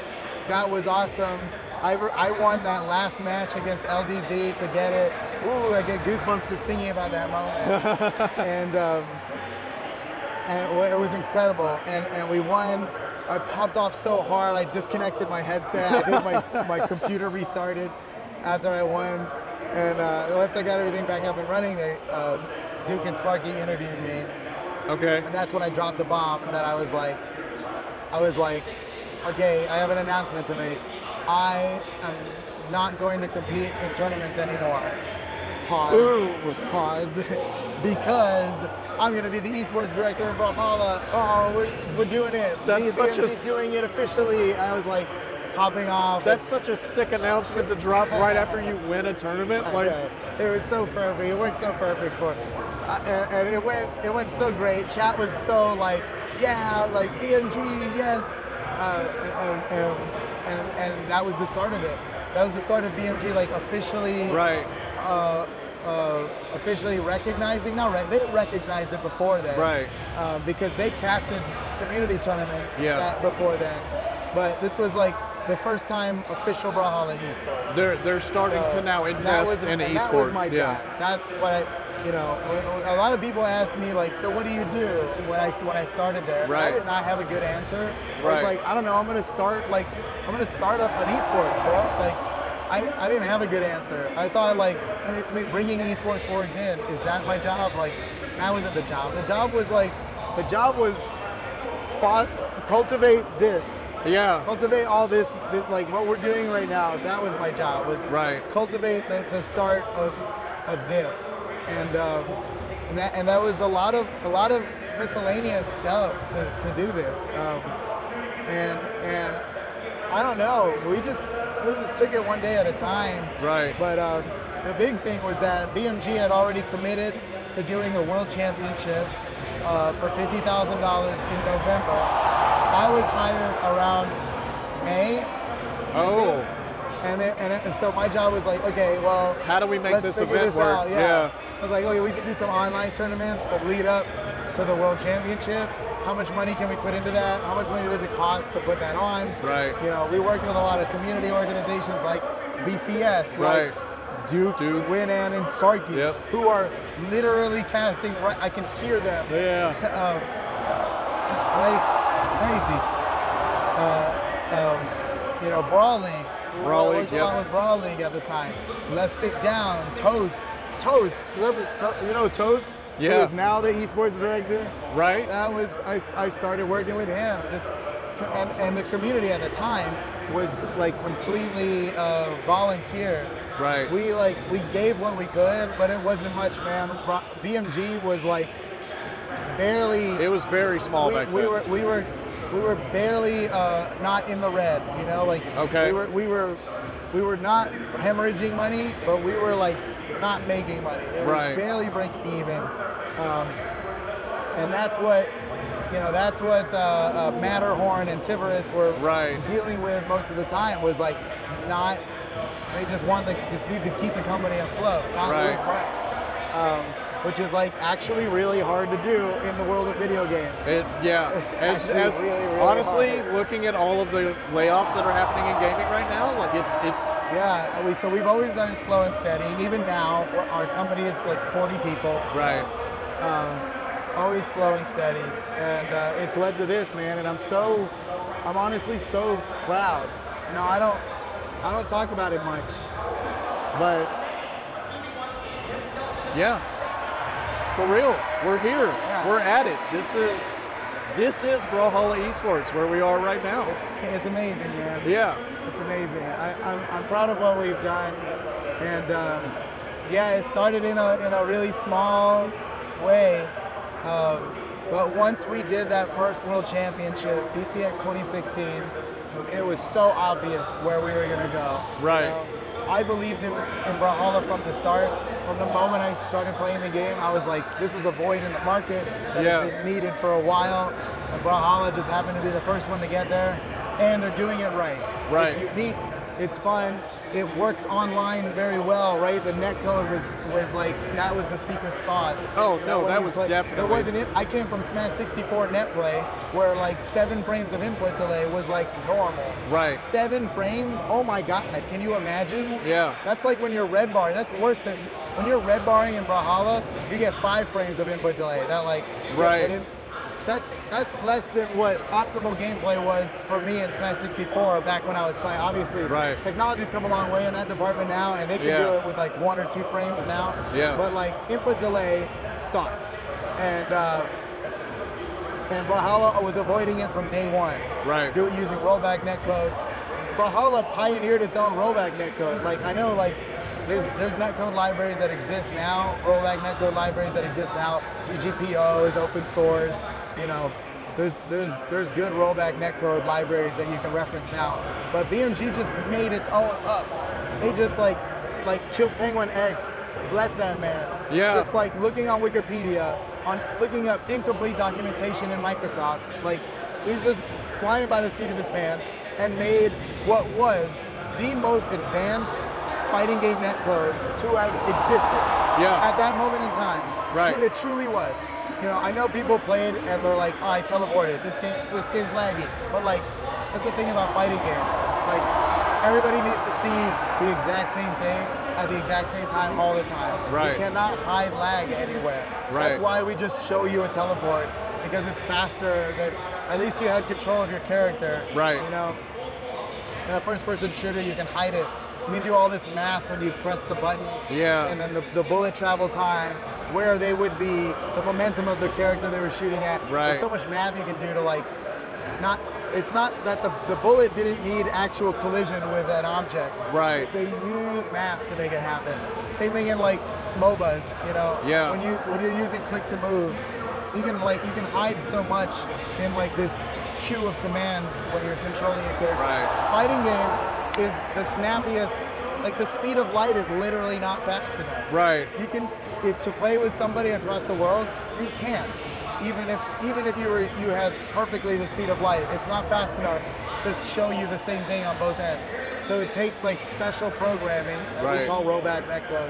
S1: That was awesome. I, re- I won that last match against LDZ to get it. Ooh, I get goosebumps just thinking about that moment. and um, and it wa- it was incredible. And, and we won. I popped off so hard, I disconnected my headset. I think my, my computer restarted after I won. And uh, once I got everything back up and running, they, uh, Duke and Sparky interviewed me.
S2: Okay.
S1: And that's when I dropped the bomb that I was like, I was like, okay, I have an announcement to make. I am not going to compete in tournaments anymore. Pause.
S2: Ooh.
S1: Pause. because I'm going to be the esports director of Valhalla. Oh, we're, we're doing it.
S2: That's
S1: Me,
S2: such a
S1: BMG doing it officially. I was like, popping off.
S2: That's such a sick announcement to drop right after you win a tournament. Like,
S1: it was so perfect. It worked so perfect for, uh, and, and it went it went so great. Chat was so like, yeah, like BMG, yes, uh, and, and, and and that was the start of it. That was the start of BMG, like officially
S2: right.
S1: uh, uh, officially recognizing. Not right. They didn't recognize it before then,
S2: Right.
S1: Um, because they casted community tournaments
S2: Yeah.
S1: that before then, but this was like the first time official Brawlhalla esports.
S2: They're they're starting to now
S1: Uh, That
S2: invest
S1: was- and
S2: in esports.
S1: That was my
S2: yeah.
S1: job. That's what I, you know, when- a lot of people ask me like, so what do you do when I when I started there? And
S2: Right.
S1: I did not have a good answer. I
S2: Right.
S1: was like, I don't know. I'm gonna start like, I'm gonna start up an esports, bro. Like, I, I didn't have a good answer. I thought like, I mean, bringing esports orgs in is that my job? Like, that wasn't the job. The job was like, the job was, fos- cultivate this
S2: Yeah.
S1: cultivate all this, this like what we're doing right now that was my job was
S2: Right.
S1: cultivate the, the start of of this and um, and, that, and that was a lot of a lot of miscellaneous stuff to, to do this um, and and I don't know we just we just took it one day at a time
S2: Right.
S1: but uh, the big thing was that BMG had already committed to doing a world championship uh, for $50,000 in November. I was hired around May,
S2: Oh,
S1: and, it, and, it- and so my job was like, okay, well,
S2: How do we make
S1: let's
S2: this
S1: figure
S2: event
S1: this
S2: work?
S1: Out. Yeah.
S2: Yeah.
S1: I was like, okay, we could do some online tournaments to lead up to the world championship. How much money can we put into that? How much money does it cost to put that on?
S2: Right.
S1: You know, we worked with a lot of community organizations like BCS,
S2: Right.
S1: like Duke,
S2: Duke.
S1: Winan, and Sarkey,
S2: Yep.
S1: who are literally casting. Right, I can hear them
S2: yeah.
S1: like crazy. Uh, um, you know, brawling.
S2: Brawl
S1: I
S2: League,
S1: worked
S2: yep.
S1: along with Brawl League at the time. Let's stick down, toast, toast, Remember To- you know toast. Who
S2: Yeah.
S1: is now the esports director.
S2: Right?
S1: That was I, I started working with him. Just and, and the community at the time was like completely uh, volunteer.
S2: Right.
S1: We like we gave what we could, but it wasn't much, man. Bro- BMG was like barely
S2: It was very small
S1: we,
S2: back
S1: we
S2: then.
S1: were we were we were barely uh, not in the red, you know, like
S2: Okay.
S1: we were we were we were not hemorrhaging money, but we were like not making money. It was
S2: Right.
S1: barely break even, um, and that's what you know. That's what uh, uh, Matterhorn and Tiveris were
S2: Right.
S1: dealing with most of the time was like not. They just want the just need to keep the company afloat, not lose
S2: Right.
S1: money. Um, which is like actually really hard to do in the world of video games.
S2: It, yeah. As,
S1: actually
S2: as
S1: really, really
S2: honestly,
S1: hard.
S2: looking at all of the layoffs that are happening in gaming right now, like it's it's
S1: Yeah, and we, so we've always done it slow and steady. Even now, we're- our company is like 40 people,
S2: right.
S1: always slow and steady. And uh, it's led to this, man. And I'm so, I'm honestly so proud. No, I don't, I don't talk about it much, but
S2: Yeah. For real, we're here.
S1: Yeah.
S2: We're at it. This is this is Brawlhalla Esports where we are right now.
S1: it's amazing, man.
S2: Yeah.
S1: It's amazing. I, I'm, I'm proud of what we've done, and um, yeah, it started in a in a really small way. Um, but once we did that first World Championship, PCX 2016, it was so obvious where we were gonna go.
S2: Right.
S1: know? I believed in, in Brawlhalla from the start. From the moment I started playing the game, I was like, this is a void in the market that
S2: Yeah.
S1: has been needed for a while. And Brawlhalla just happened to be the first one to get there, and they're doing it right.
S2: Right.
S1: It's unique. It's fun. It works online very well, right? The net color was was like that was the secret sauce.
S2: Oh,
S1: You
S2: no,
S1: when
S2: that
S1: you
S2: was
S1: play-
S2: definitely-
S1: It wasn't it. I came from Smash 64 net play, where like seven frames of input delay was like normal.
S2: Right.
S1: Seven frames. Oh my God! Can you imagine?
S2: Yeah.
S1: That's like when you're red barring. That's worse than when you're red barring in Brawlhalla. You get five frames of input delay. That like
S2: Right.
S1: and it- that's that's less than what optimal gameplay was for me in Smash 64 back when I was playing. Obviously,
S2: Right.
S1: technology's come a long way in that department now, and they can
S2: Yeah.
S1: do it with like one or two frames now.
S2: Yeah.
S1: But like input delay sucks, and uh, and Brawlhalla was avoiding it from day one.
S2: Right.
S1: Do it using rollback netcode. Brawlhalla pioneered its own rollback netcode. Like I know, like there's there's netcode libraries that exist now, rollback netcode libraries that exist now. GGPO is open source. You know, there's there's there's good rollback netcode libraries that you can reference now. But BMG just made its own up. They just like like Chill Penguin X, bless that man.
S2: Yeah.
S1: Just like looking on Wikipedia, on looking up incomplete documentation in Microsoft, like he's just flying by the seat of his pants and made what was the most advanced fighting game netcode to have existed
S2: Yeah.
S1: at that moment in time.
S2: Right.
S1: It truly was. You know, I know people played and they're like, oh, I teleported. This game, this game's laggy. But like, that's the thing about fighting games. Like, everybody needs to see the exact same thing at the exact same time all the time.
S2: Right.
S1: You cannot hide lag anywhere.
S2: Right.
S1: That's why we just show you a teleport because it's faster. That at least you had control of your character.
S2: Right.
S1: You know, in a first-person shooter, you can hide it. You can do all this math when you press the button.
S2: Yeah.
S1: And then the, the bullet travel time, where they would be, the momentum of the character they were shooting at.
S2: Right.
S1: There's so much math you can do to like, not. It's not that the, the bullet didn't need actual collision with an object.
S2: Right.
S1: They use math to make it happen. Same thing in like MOBAs, you know.
S2: Yeah.
S1: When you when you're using click to move, you can like you can hide so much in like this queue of commands when you're controlling a character.
S2: Right.
S1: Fighting game is the snappiest. Like the speed of light is literally not fast enough.
S2: Right.
S1: You can if to play with somebody across the world, you can't. Even if even if you were you had perfectly the speed of light, it's not fast enough to show you the same thing on both ends. So it takes like special programming that we
S2: Right.
S1: call rollback netcode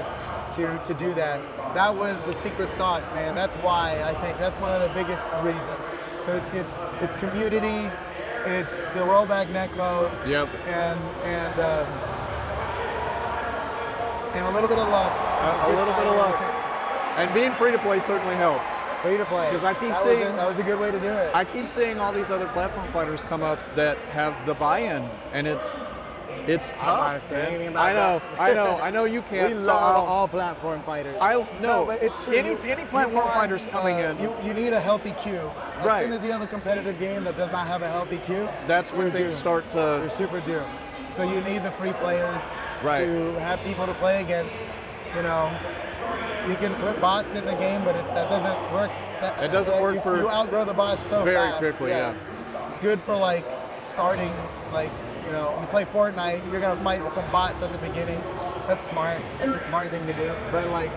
S1: to to do that. That was the secret sauce, man. That's why I think that's one of the biggest reasons. So it's it's, it's community, it's the rollback netcode,
S2: Yep.
S1: and and um, and a little bit of luck.
S2: A- a little bit of luck. And being free to play certainly helped.
S1: Free to play.
S2: 'Cause I keep
S1: That was
S2: seeing-
S1: a- that was a good way to do it.
S2: I keep seeing all these other platform fighters come up that have the buy-in, and it's It's
S1: I'm not
S2: tough.
S1: saying
S2: man.
S1: anything about
S2: I know,
S1: that.
S2: I know, I know. You can't.
S1: we
S2: so
S1: love
S2: I'll-
S1: all platform fighters.
S2: I no,
S1: but it's true.
S2: Any,
S1: You-
S2: any
S1: you
S2: platform
S1: want,
S2: fighters coming
S1: uh,
S2: in,
S1: You, you need a healthy queue. As
S2: Right.
S1: soon as you have a competitive game that does not have a healthy queue,
S2: that's when
S1: you're
S2: things
S1: doomed.
S2: start
S1: You're
S2: to.
S1: super doomed. So you need the free players
S2: Right.
S1: to have people to play against. You know, you can put bots in the game, but it, that doesn't work. That,
S2: It doesn't work
S1: you,
S2: for-
S1: you outgrow the bots so
S2: very
S1: fast.
S2: quickly,
S1: It's good for like starting, like you know, you play Fortnite, you're gonna fight some bots at the beginning. That's smart. That's a smart thing to do. But like,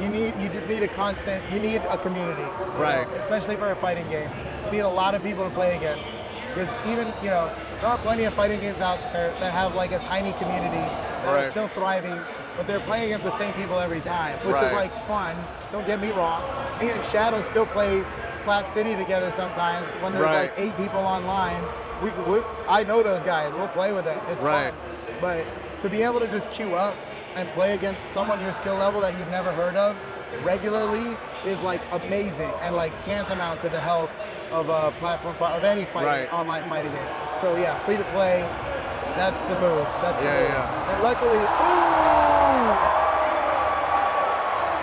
S1: you need, you just need a constant. You need a community. you
S2: Right.
S1: know, especially for a fighting game. You need a lot of people to play against. Because even, you know, there are plenty of fighting games out there that have like a tiny community that
S2: Right.
S1: are still thriving, but they're playing against the same people every time, which
S2: Right.
S1: is like fun. Don't get me wrong. Me and Shadow still play Slap City together sometimes when there's
S2: Right.
S1: like eight people online. We, we, I know those guys. We'll play with them. It's
S2: Right.
S1: fun. But to be able to just queue up and play against someone your skill level that you've never heard of regularly is like amazing and like tantamount to the health of a platform fi- of any fight
S2: Right.
S1: online fighting game. So yeah, free to play. That's the move. That's
S2: Yeah,
S1: the move.
S2: yeah.
S1: And luckily,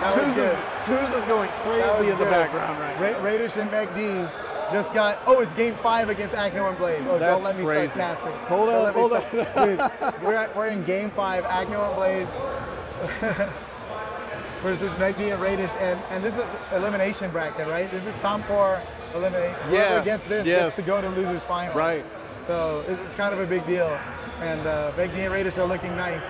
S1: ooh, that was
S2: Twos is,
S1: good.
S2: twos is going
S1: That was
S2: crazy in the
S1: good.
S2: background right now.
S1: Ra- Raiders and MacD just got. Oh, it's game five against Agno and Blaze. Oh,
S2: That's
S1: don't let me
S2: crazy.
S1: start casting.
S2: Hold
S1: Don't
S2: on,
S1: let me
S2: hold
S1: start- Dude, we're, at, we're in game five. Agno and Blaze versus MacD and Raiders, and and this is elimination bracket, right? This is Tom Four elimination.
S2: Yeah.
S1: Whoever gets this
S2: Yes.
S1: gets to go to losers final.
S2: Right.
S1: So this is kind of a big deal, and uh, MacD and Raiders are looking nice.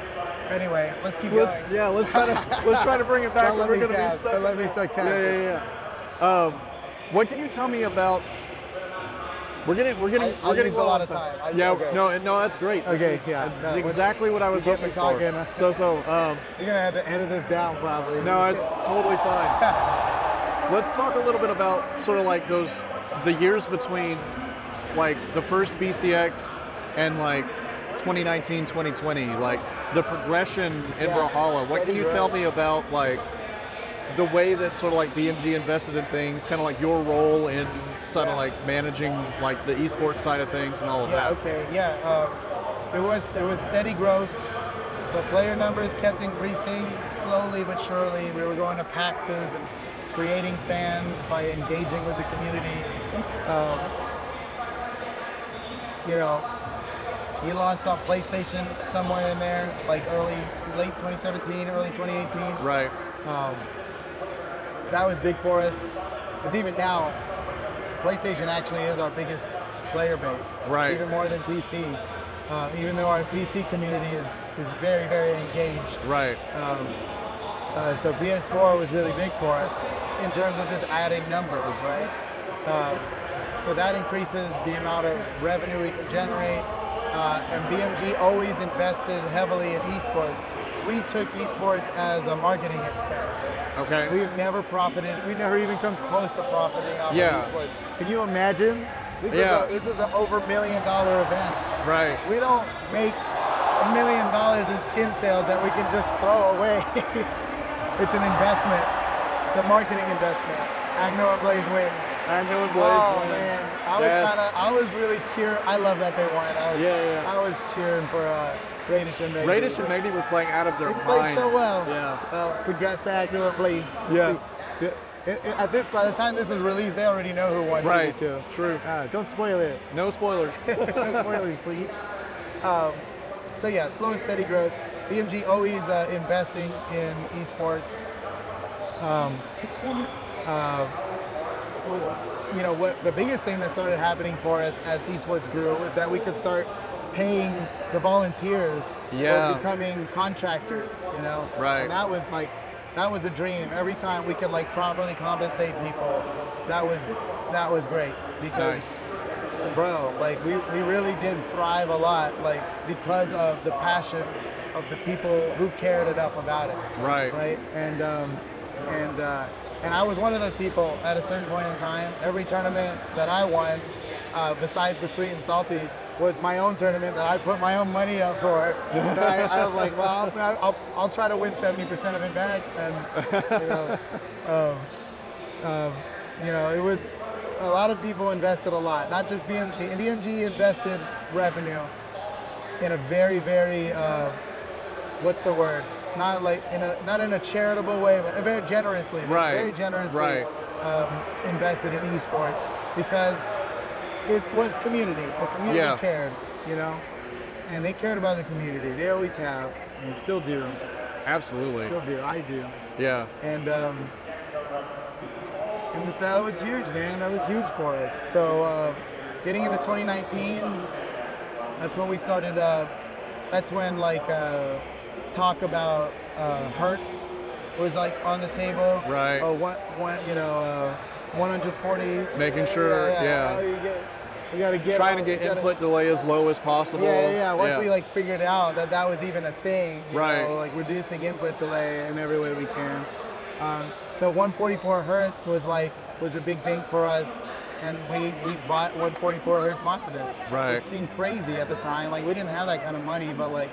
S1: Anyway, let's keep
S2: Let's,
S1: going.
S2: yeah, let's try to let's try to bring it back.
S1: Don't let
S2: We're
S1: me
S2: gonna
S1: cast.
S2: be stuck.
S1: Don't let
S2: in-
S1: me start
S2: yeah,
S1: casting.
S2: yeah, yeah. Um, what can you tell me about? We're getting we're getting
S1: I- I
S2: we're getting
S1: used a
S2: low
S1: lot
S2: on
S1: of time. I-
S2: yeah,
S1: okay.
S2: no, and- no, that's great. This
S1: Okay,
S2: is-
S1: yeah, no,
S2: that's
S1: what-
S2: exactly what I was
S1: you get me
S2: hoping for.
S1: talking.
S2: So so, um,
S1: You're gonna have to edit this down, probably.
S2: No, it's totally fine. Let's talk a little bit about sort of like those the years between like the first BCX and like 2019, 2020, like the progression in
S1: Yeah,
S2: Brawlhalla. What can
S1: steady
S2: you
S1: growth.
S2: tell me about like the way that sort of like BMG invested in things, kind of like your role in sort of
S1: Yeah.
S2: like managing like the esports side of things and all of
S1: Yeah.
S2: that.
S1: Oh, Okay. Yeah. Uh, there was there was steady growth. The player numbers kept increasing slowly but surely. We were going to PAXs and creating fans by engaging with the community. Um, you know, we launched on PlayStation somewhere in there, like early, late 2017, early 2018.
S2: Right.
S1: Um, that was big for us because even now, PlayStation actually is our biggest player base.
S2: Right.
S1: Even more than PC. Uh, even though our PC community is, is very, very engaged.
S2: Right.
S1: Um, uh, so PS4 was really big for us in terms of just adding numbers, right? Uh, so that increases the amount of revenue we can generate. Uh, and BMG always invested heavily in esports. We took esports as a marketing expense.
S2: Okay.
S1: We've never profited. We've never even come close to profiting off
S2: Yeah.
S1: of esports. Can you imagine? This
S2: Yeah.
S1: is a, this is an over million dollar event.
S2: right.
S1: We don't make a million dollars in skin sales that we can just throw away. it's an investment. It's a marketing investment. Agno and Blaze win.
S2: Agnew and Blaze
S1: oh
S2: winning.
S1: man, I was
S2: Yes.
S1: kind of, I was really cheering. I love that they won. I was,
S2: Yeah, yeah, yeah.
S1: I was cheering for uh, Radish and Megan.
S2: Radish and Magni were playing out of their
S1: They
S2: mind.
S1: played so well.
S2: Yeah.
S1: Well, congrats to Agno and Blaze.
S2: Yeah.
S1: See, it- it- At this, by the time this is released, they already know who won.
S2: Right.
S1: Too.
S2: True.
S1: Uh, don't spoil it.
S2: No spoilers.
S1: No spoilers, please. Um, so yeah, slow and steady growth. BMG always uh, investing in esports. Um, uh, well, you know what? The biggest thing that started happening for us as esports grew was that we could start paying the volunteers who
S2: Yeah.
S1: were becoming contractors. You know,
S2: Right.
S1: And that was like that was a dream. Every time we could like properly compensate people, that was that was great because
S2: nice.
S1: bro like we, we really did thrive a lot like because of the passion of the people who cared enough about it
S2: Right.
S1: right and um, and uh, and i was one of those people at a certain point in time every tournament that i won uh, besides the sweet and salty was my own tournament that I put my own money up for. That I, I was like, well, I'll, I'll, I'll try to win 70% of it back. And, you know, um, you know, it was a lot of people invested a lot, not just BMG. And BMG invested revenue, in a very, very, uh, what's the word? Not like in a not in a charitable way, but very generously.
S2: Right,
S1: Very generously
S2: right.
S1: um, invested in esports because it was community. The community
S2: Yeah.
S1: cared, you know, and they cared about the community. They always have, and still do.
S2: Absolutely.
S1: Still do. I do.
S2: Yeah.
S1: And um, and that- that was huge, man. That was huge for us. So uh, getting into 2019, that's when we started. Uh, that's when like uh, talk about uh, hurts was like on the table.
S2: Right.
S1: Or what? One, you know, uh, 140.
S2: Making sure, yeah.
S1: how Oh, You, get, you gotta get
S2: Trying to get
S1: you gotta-
S2: input delay as low as possible.
S1: yeah, yeah, yeah. Once we like figured out that that was even a thing, you
S2: Right.
S1: Know, like reducing input delay in every way we can. Um, so 144 hertz was like was a big thing for us, and we we bought 144 hertz monitors.
S2: Right.
S1: Which seemed crazy at the time. Like we didn't have that kind of money, but like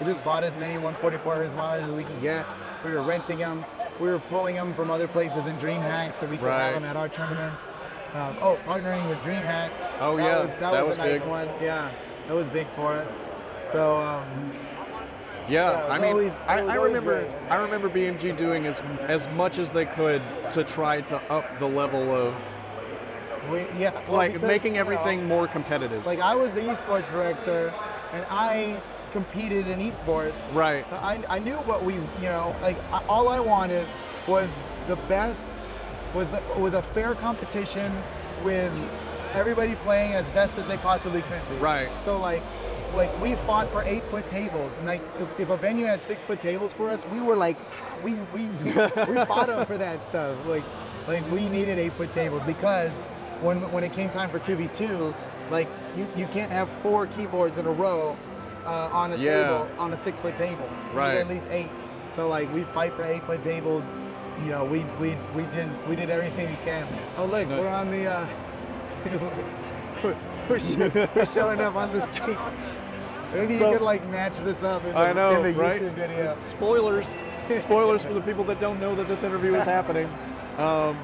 S1: we just bought as many 144 hertz monitors as we could get. We were renting them. We were pulling them from other places in DreamHack so we could
S2: Right.
S1: have them at our tournaments. Um, oh, partnering with DreamHack
S2: Oh, yeah.
S1: was, that,
S2: That
S1: was,
S2: was
S1: a nice
S2: big.
S1: one. Yeah, that was big for us. So um,
S2: Yeah,
S1: Yeah, it
S2: I
S1: was
S2: mean,
S1: always-
S2: I,
S1: it was
S2: I
S1: always
S2: remember,
S1: great.
S2: I remember BMG doing as as much as they could to try to up the level of
S1: we, yeah, well,
S2: like
S1: because,
S2: making
S1: you know,
S2: everything more competitive.
S1: like I was the esports director, and I competed in esports.
S2: right,
S1: So I, I knew what we, you know, like I, all I wanted was the best, was the, was a fair competition with everybody playing as best as they possibly could be.
S2: Right.
S1: So like, like we fought for eight foot tables, and like if, if a venue had six foot tables for us, we were like, we we we fought up for that stuff. Like, like we needed eight foot tables because when when it came time for two v two, like you, you can't have four keyboards in a row. Uh, on a
S2: Yeah.
S1: table on a six foot table. We did
S2: Right.
S1: At least eight. So like we fight for eight foot tables. You know, we we we did we did everything we can. Oh look,
S2: Nice.
S1: we're on the. Uh, we're, we're, sho- we're showing up on the screen. Maybe
S2: So-
S1: you could like match this up in the,
S2: I know,
S1: in the
S2: right?
S1: YouTube video.
S2: Spoilers, spoilers for the people that don't know that this interview is happening. Um,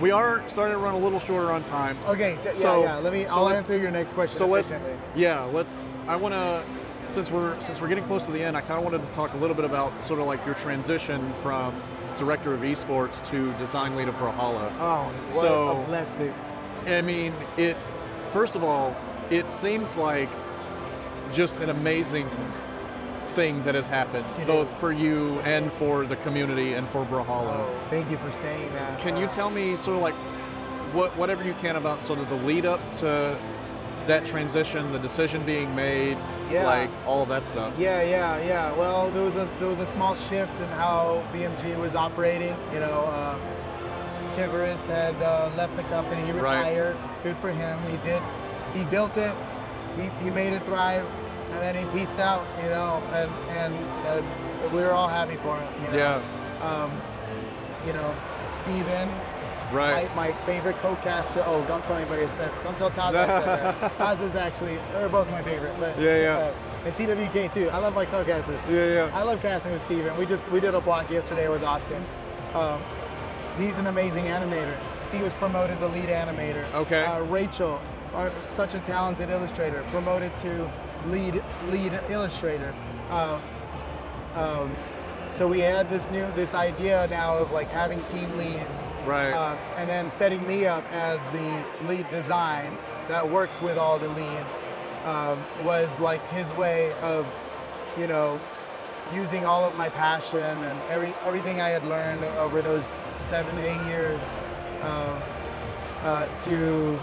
S2: we are starting to run a little shorter on time.
S1: Okay, t-
S2: So-
S1: yeah, yeah. Let me.
S2: so
S1: I'll
S2: let's-
S1: answer your next question.
S2: So let's,
S1: efficiently.
S2: yeah, let's. I want to, since we're since we're getting close to the end, I kind of wanted to talk a little bit about sort of like your transition from director of esports to design lead of Brawlhalla.
S1: Oh, what
S2: So-
S1: a blessing.
S2: I mean, it. First of all, it seems like just an amazing thing that has happened,
S1: It
S2: both
S1: is.
S2: for you and for the community and for Brawlhalla.
S1: Oh, thank you for saying that.
S2: Can you
S1: Uh,
S2: tell me sort of like what whatever you can about sort of the lead up to that transition, the decision being made,
S1: Yeah.
S2: like all of that stuff.
S1: Yeah, yeah, yeah. Well, there was a there was a small shift in how BMG was operating. You know, uh, Tiveris had uh, left the company. He
S2: Right.
S1: retired. Good for him. He did. He built it. He, he made it thrive, and then he pieced out. You know, and and uh, we were all happy for him. You know?
S2: Yeah.
S1: Um, you know, Steven,
S2: Right.
S1: my, my favorite co-caster. Oh, don't tell anybody I said. Don't tell Taz I said that. Taz is actually they're both my favorite. But
S2: Yeah, yeah.
S1: Uh, and TWK too. I love my co-casters.
S2: Yeah, yeah.
S1: I love casting with Steven. We just we did a block yesterday with Austin. Um, he's an amazing animator. He was promoted to lead animator.
S2: Okay.
S1: Uh, Rachel, our, such a talented illustrator, promoted to lead lead illustrator. Uh, um, so we had this new this idea now of like having team leads,
S2: Right.
S1: Uh, and then setting me up as the lead design that works with all the leads um, was like his way of, you know, using all of my passion and every everything I had learned over those seven eight years um, uh, to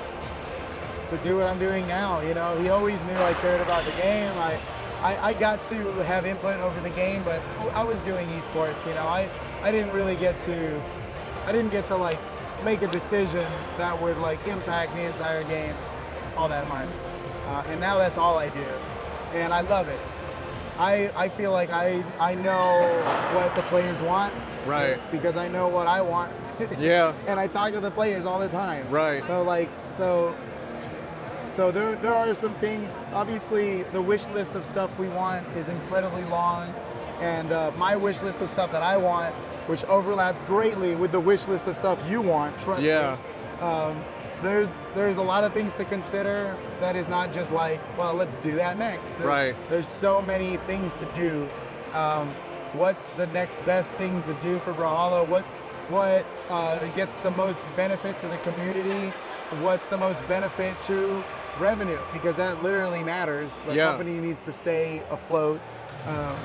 S1: to do what I'm doing now. You know, he always knew I cared about the game. I, I, I got to have input over the game, but I was doing esports. You know, I, I didn't really get to, I didn't get to like make a decision that would like impact the entire game all that much. Uh, and now that's all I do, and I love it. I, I feel like I, I know what the players want
S2: Right.
S1: because I know what I want.
S2: Yeah.
S1: and I talk to the players all the time.
S2: Right.
S1: So like so so there there are some things. Obviously, the wish list of stuff we want is incredibly long, and uh, my wish list of stuff that I want, which overlaps greatly with the wish list of stuff you want. Trust
S2: Yeah.
S1: me. Um, there's there's a lot of things to consider that is not just like well let's do that next There's-
S2: Right.
S1: there's so many things to do um, what's the next best thing to do for Brahalla what what uh, gets the most benefit to the community what's the most benefit to revenue because that literally matters the
S2: Yeah.
S1: company needs to stay afloat um,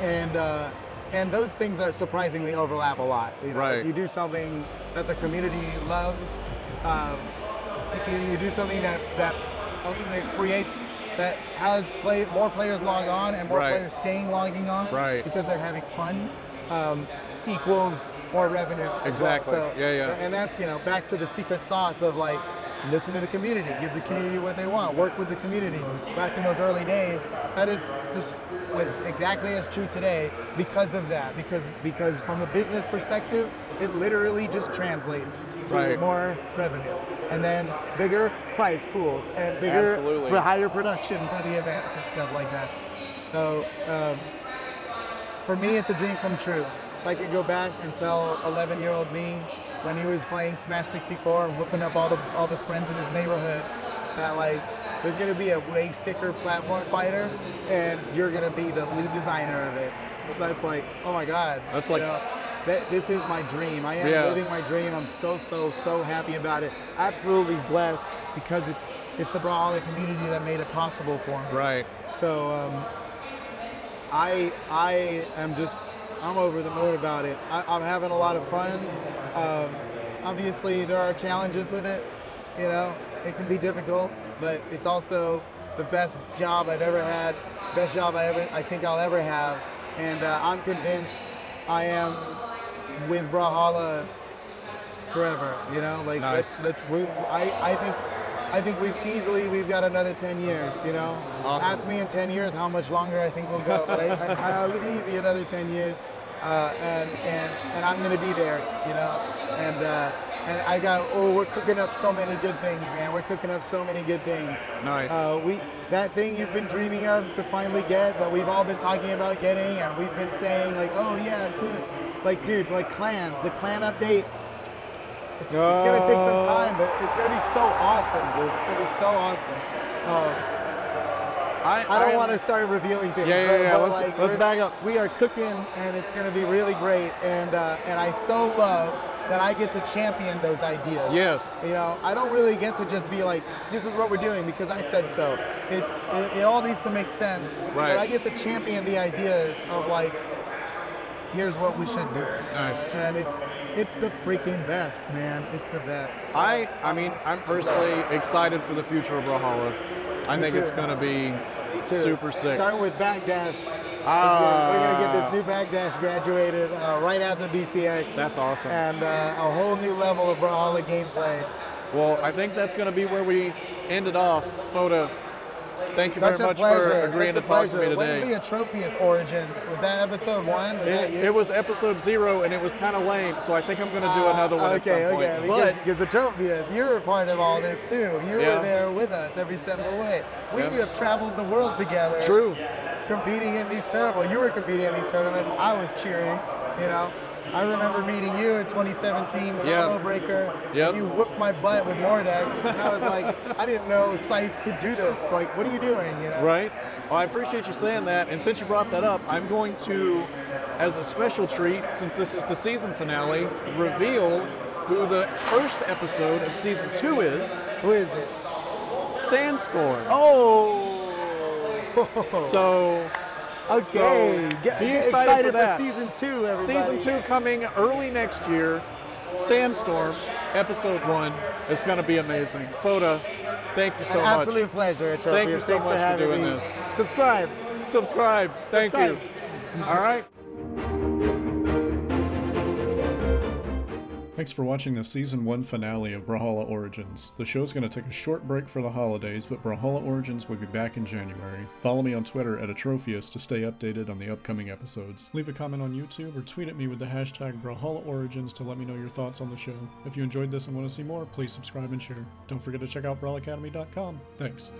S1: and uh, and those things are surprisingly overlap a lot you know?
S2: Right.
S1: If you do something that the community loves um, if you, you do something that that ultimately creates that has play more players log on and more
S2: Right.
S1: players staying logging on
S2: Right.
S1: because they're having fun um, equals more revenue. as well.
S2: Exactly.
S1: So-
S2: Yeah, yeah.
S1: And that's you know back to the secret sauce of like listen to the community, give the community what they want, work with the community. Back in those early days, that is just was exactly as true today because of that. Because because from a business perspective, it literally just translates to
S2: Right.
S1: more revenue. And then bigger prize pools and bigger
S2: Absolutely.
S1: for higher production for the events and stuff like that. So um, for me, it's a dream come true. If I could go back and tell 11 year old me when he was playing Smash 64 and whooping up all the all the friends in his neighborhood that like there's gonna be a way sicker platform fighter and you're gonna be the lead designer of it. That's like, oh my god.
S2: That's
S1: you
S2: like-
S1: know, that, this is my dream. I am
S2: Yeah.
S1: living my dream. I'm so so so happy about it. Absolutely blessed because it's it's the Brawler community that made it possible for me.
S2: Right.
S1: So um, I I am just I'm over the moon about it. I, I'm having a lot of fun. Um, obviously, there are challenges with it. You know, it can be difficult, but it's also the best job I've ever had. Best job I ever I think I'll ever have. And uh, I'm convinced I am with Brahalla forever. You know, like
S2: Nice.
S1: let's, let's we, I, I think I think we've easily we've got another ten years. You know,
S2: Awesome.
S1: ask me in ten years how much longer I think we'll go, but I, I, I'll easy another ten years, uh, and and and I'm gonna be there. You know, and. Uh, and I got oh, we're cooking up so many good things, man. We're cooking up so many good things.
S2: Nice.
S1: Uh, we that thing you've been dreaming of to finally get that we've all been talking about getting, and we've been saying like, oh yeah, soon. Like dude, like clans, the clan update it's gonna take
S2: Uh,
S1: some time, but it's gonna be so awesome, dude. It's gonna be so awesome. Uh,
S2: I,
S1: I don't
S2: am-
S1: want to start revealing things.
S2: Yeah, yeah,
S1: but-
S2: yeah,
S1: but,
S2: let's-
S1: like,
S2: let's
S1: we're-
S2: back up.
S1: We are cooking, and it's gonna be really great. And uh, and I so love that I get to champion those ideas.
S2: Yes.
S1: You know, I don't really get to just be like, this is what we're doing because I said so. It's it, it all needs to make sense.
S2: Right.
S1: But I get to champion the ideas of like, here's what we should do.
S2: Nice.
S1: And it's it's the freaking best, man. It's the best.
S2: I I mean I'm personally excited for the future of Brawlhalla. I think
S1: too.
S2: it's gonna be
S1: too.
S2: super sick.
S1: Start with backdash.
S2: Ah.
S1: We're gonna get this new backdash graduated uh, right after BCX.
S2: That's awesome.
S1: And uh, a whole new level of Brawlhalla gameplay.
S2: Well, I think that's going to be where we ended off. Foda, thank you
S1: Such
S2: very
S1: a
S2: much
S1: pleasure.
S2: for agreeing
S1: Such
S2: to
S1: a
S2: talk to me
S1: pleasure. When
S2: today.
S1: did the Atropius Origins? Was that episode one? Was that
S2: It,
S1: you?
S2: it was episode zero, and it was kind of lame, so I think I'm going to do
S1: Ah,
S2: another one
S1: okay,
S2: at some point.
S1: Okay,
S2: but
S1: because, because Atropius, you're a part of all this too. You
S2: Yeah.
S1: were there with us every step of the way. We
S2: Yeah.
S1: have traveled the world together.
S2: True.
S1: Competing in these tournaments. You were competing in these tournaments. I was cheering, you know. I remember meeting you in 2017 with
S2: Yeah.
S1: Combo Breaker.
S2: Yep.
S1: You whooped my butt with Mordex. And I was like, I didn't know Scythe could do this. Like, what are you doing? You know?
S2: Right? Well, I appreciate you saying that. And since you brought that up, I'm going to, as a special treat, since this is the season finale, reveal who the first episode of season two is
S1: Who is it?
S2: Sandstorm.
S1: Oh!
S2: So,
S1: okay. get,
S2: be
S1: get
S2: excited for that.
S1: season two, everybody.
S2: season two coming early next year, Sandstorm, episode one. It's going to be amazing. Foda, thank you so
S1: An
S2: much.
S1: absolute pleasure. Atropia.
S2: Thank you so
S1: Thanks
S2: much for
S1: having
S2: doing
S1: me.
S2: this.
S1: Subscribe.
S2: Subscribe. Thank you. All right.
S3: Thanks for watching the season 1 finale of Brawlhalla Origins. The show's going to take a short break for the holidays, but Brawlhalla Origins will be back in January. Follow me on Twitter at Atrophius to stay updated on the upcoming episodes. Leave a comment on YouTube or tweet at me with the hashtag Brawlhalla Origins to let me know your thoughts on the show. If you enjoyed this and want to see more, please subscribe and share. Don't forget to check out BrawlAcademy.com. Thanks.